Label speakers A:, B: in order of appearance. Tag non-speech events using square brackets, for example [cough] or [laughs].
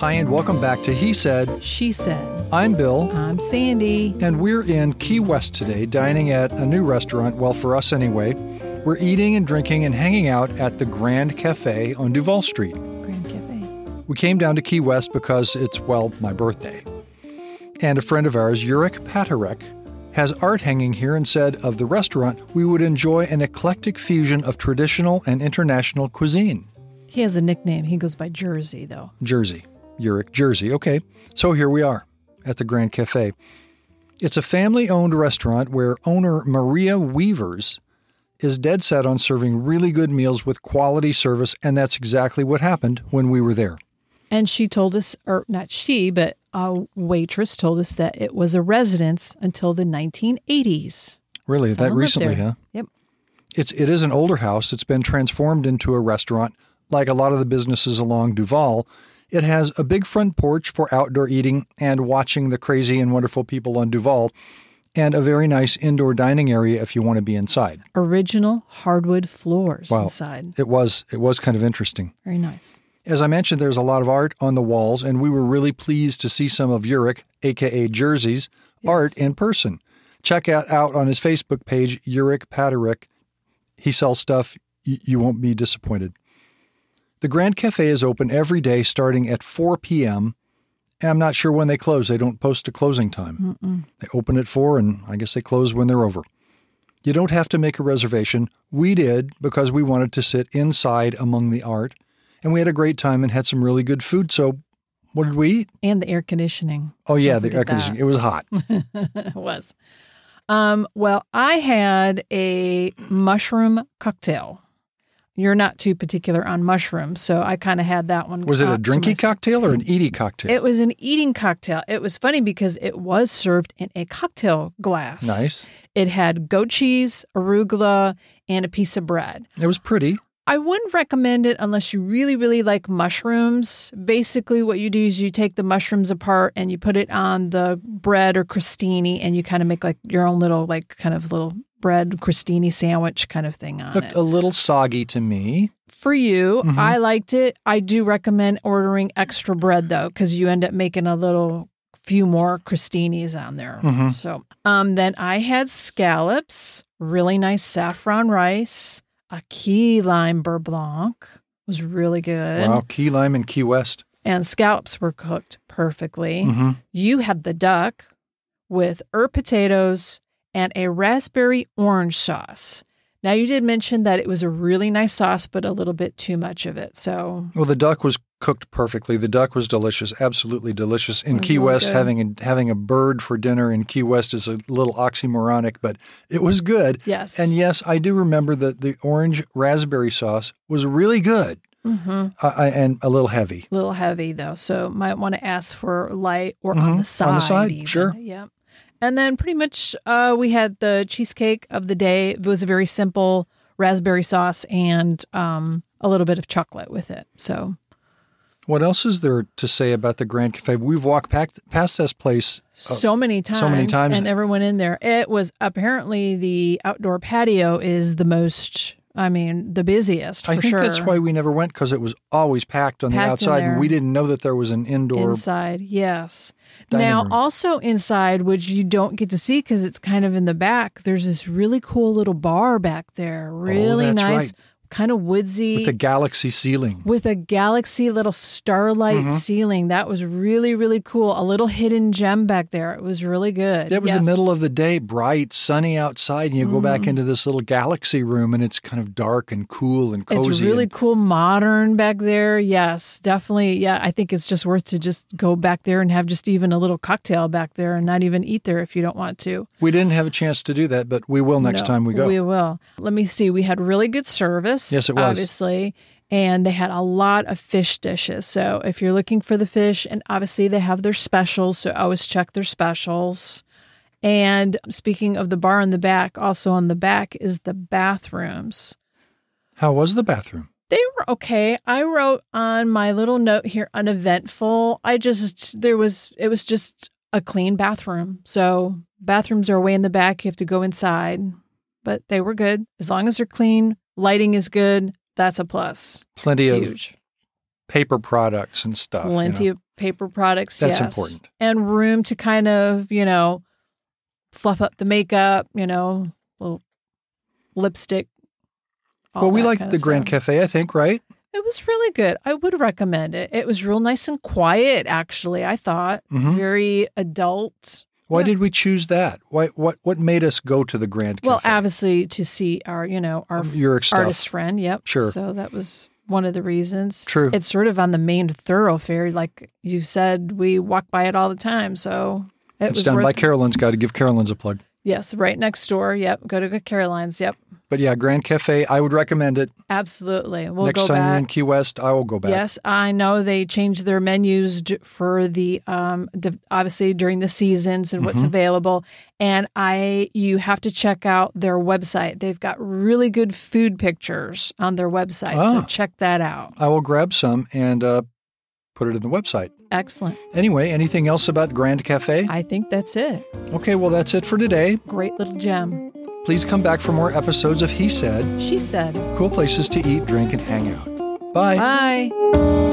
A: Hi, and welcome back to He Said.
B: She said,
A: I'm Bill,
B: I'm Sandy.
A: and we're in Key West today, dining at a new restaurant, well, for us anyway. We're eating and drinking and hanging out at the Grand Cafe on Duval Street.
B: Grand Cafe.
A: We came down to Key West because it's, well, my birthday. And a friend of ours, Yurik Patarek, has art hanging here and said of the restaurant, we would enjoy an eclectic fusion of traditional and international cuisine.
B: He has a nickname. He goes by Jersey, though.
A: Jersey. Uric, Jersey. Okay, so here we are at the Grand Cafe. It's a family owned restaurant where owner Maria Weavers is dead set on serving really good meals with quality service, and that's exactly what happened when we were there.
B: And she told us, or not she, but a waitress told us that it was a residence until the 1980s.
A: Really, that
B: Someone lived
A: recently,
B: there.
A: huh?
B: Yep.
A: It's it is an older house. It's been transformed into a restaurant, like a lot of the businesses along Duval. It has a big front porch for outdoor eating and watching the crazy and wonderful people on Duval, and a very nice indoor dining area if you want to be inside.
B: Original hardwood floors
A: Wow.
B: inside.
A: It was it was kind of interesting.
B: Very nice.
A: As I mentioned, there's a lot of art on the walls, and we were really pleased to see some of Yurik, aka Jersey's, art in person. Check out, out on his Facebook page, Yurik Paterick. He sells stuff. Y- you won't be disappointed. The Grand Cafe is open every day starting at 4 p.m. And I'm not sure when they close. They don't post a closing time. They open at 4, and I guess they close when they're over. You don't have to make a reservation. We did because we wanted to sit inside among the art, and we had a great time and had some really good food. So, what did we eat?
B: And the air conditioning. [laughs]
A: Oh yeah, the
B: forget
A: air conditioning.
B: that.
A: It was
B: [laughs]
A: hot.
B: it was. Um, well, I had a mushroom cocktail. You're not too particular on mushrooms, so I kind of had that one.
A: Was it a
B: up to
A: drinky
B: myself.
A: cocktail or an eaty cocktail?
B: It was an eating cocktail. It was funny because it was served in a cocktail glass.
A: nice.
B: It had goat cheese, arugula, and a piece of bread.
A: It was pretty.
B: I wouldn't recommend it unless you really, really like mushrooms. Basically, what you do is you take the mushrooms apart and you put it on the bread or crostini, and you kind of make like your own little, like, kind of little bread crostini sandwich kind of thing on
A: Looked
B: it.
A: a little soggy to me.
B: For you, I liked it. I do recommend ordering extra bread though, because you end up making a little few more crostinis on there.
A: Mhm.
B: So, um, then I had scallops, really nice saffron rice, a key lime beurre blanc was really good,
A: Wow, key lime and key west.
B: and scallops were cooked perfectly.
A: hmm
B: You had the duck with herb potatoes and a raspberry orange sauce. Now, you did mention that it was a really nice sauce, but a little bit too much of it. So,
A: Well, the duck was cooked perfectly. The duck was delicious, absolutely delicious. In
B: Was
A: Key
B: Oh, really
A: West,
B: good.
A: having a, having a bird for dinner in Key West is a little oxymoronic, but it was good.
B: yes.
A: And yes, I do remember that the orange raspberry sauce was really good
B: hmm
A: uh, and a little heavy.
B: A little heavy, though. So, might want to ask for light or
A: Mhm.
B: on
A: On
B: the
A: the
B: side.
A: side,
B: even.
A: sure.
B: Yeah. And then, pretty much, uh, we had the cheesecake of the day. It was a very simple raspberry sauce and um, a little bit of chocolate with it. So,
A: What else is there to say about the Grand Cafe? We've walked past, past this place. uh,
B: so many times,
A: so many times.
B: and everyone in there. It was apparently the outdoor patio is the most. I mean, the busiest. For
A: I think
B: sure.
A: that's why we never went because it was always packed on the
B: Packed in
A: outside,
B: there.
A: and we didn't know that there was an indoor.
B: inside. Yes.
A: dining
B: Now,
A: room.
B: also inside, which you don't get to see because it's kind of in the back. There's this really cool little bar back there. Really
A: Oh, that's
B: nice,
A: right.
B: kind of woodsy.
A: with the galaxy ceiling.
B: with a galaxy little starlight
A: Mm-hmm.
B: ceiling. That was really, really cool. A little hidden gem back there. It was really good.
A: It was
B: yes. Mm.
A: the middle of the day, bright, sunny outside, and you go back into this little galaxy room, and it's kind of dark and cool and cozy.
B: It's really
A: and-
B: cool, modern back there. Yes, definitely. Yeah, I think it's just worth to just go back there and have just even a little cocktail back there and not even eat there if you don't want to.
A: we didn't have a chance to do that, but we will next
B: No,
A: time we go.
B: We will. Let me see. We had really good service.
A: Yes, it was.
B: Obviously. And they had a lot of fish dishes. So if you're looking for the fish, and obviously they have their specials. So always check their specials. And speaking of the bar in the back, also on the back is the bathrooms.
A: How was the bathroom?
B: They were okay. I wrote on my little note here uneventful. I just, there was, it was just a clean bathroom. So bathrooms are way in the back. You have to go inside, but they were good. As long as they're clean, lighting is good. That's a plus.
A: Plenty of
B: Huge.
A: paper products and stuff. you
B: Plenty
A: know.
B: of paper products.
A: That's
B: yes.
A: important.
B: And room to kind of, you know, fluff up the makeup, you know, little lipstick. all
A: Well, we
B: that
A: liked
B: kinda
A: the Grand
B: stuff.
A: Cafe, I think, right?
B: It was really good. I would recommend it. It was real nice and quiet, actually, I thought.
A: Mhm.
B: Very adult.
A: Why
B: Yeah.
A: did we choose that? Why, what what made us go to the Grand Cafe? Um,
B: Well, obviously to see our, you know, our
A: Your stuff.
B: artist friend. Yep.
A: Sure.
B: So that was one of the reasons.
A: True.
B: It's sort of on the main thoroughfare. Like you said, we walk by it all the time. So it
A: it's
B: was
A: done
B: worth
A: by Carolyn's. Got to give Carolyn's a plug.
B: Yes, right next door. Yep. Go to Caroline's. Yep.
A: But yeah, Grand Cafe, I would recommend it.
B: Absolutely. We'll
A: Next
B: go
A: time you're in
B: back.
A: Key West, I will go back.
B: Yes, I know they changed their menus d- for the um d- obviously during the seasons and what's available and I you have to check out their website. They've got really good food pictures on their website.
A: Ah.
B: So check that out.
A: I will grab some and uh, put it in the website.
B: Excellent.
A: Anyway, anything else about Grand Cafe?
B: I think that's it.
A: Okay, well, that's it for today.
B: Great little gem.
A: Please come back for more episodes of He Said
B: She said,
A: Cool Places to Eat, Drink, and Hang Out. Bye.
B: Bye.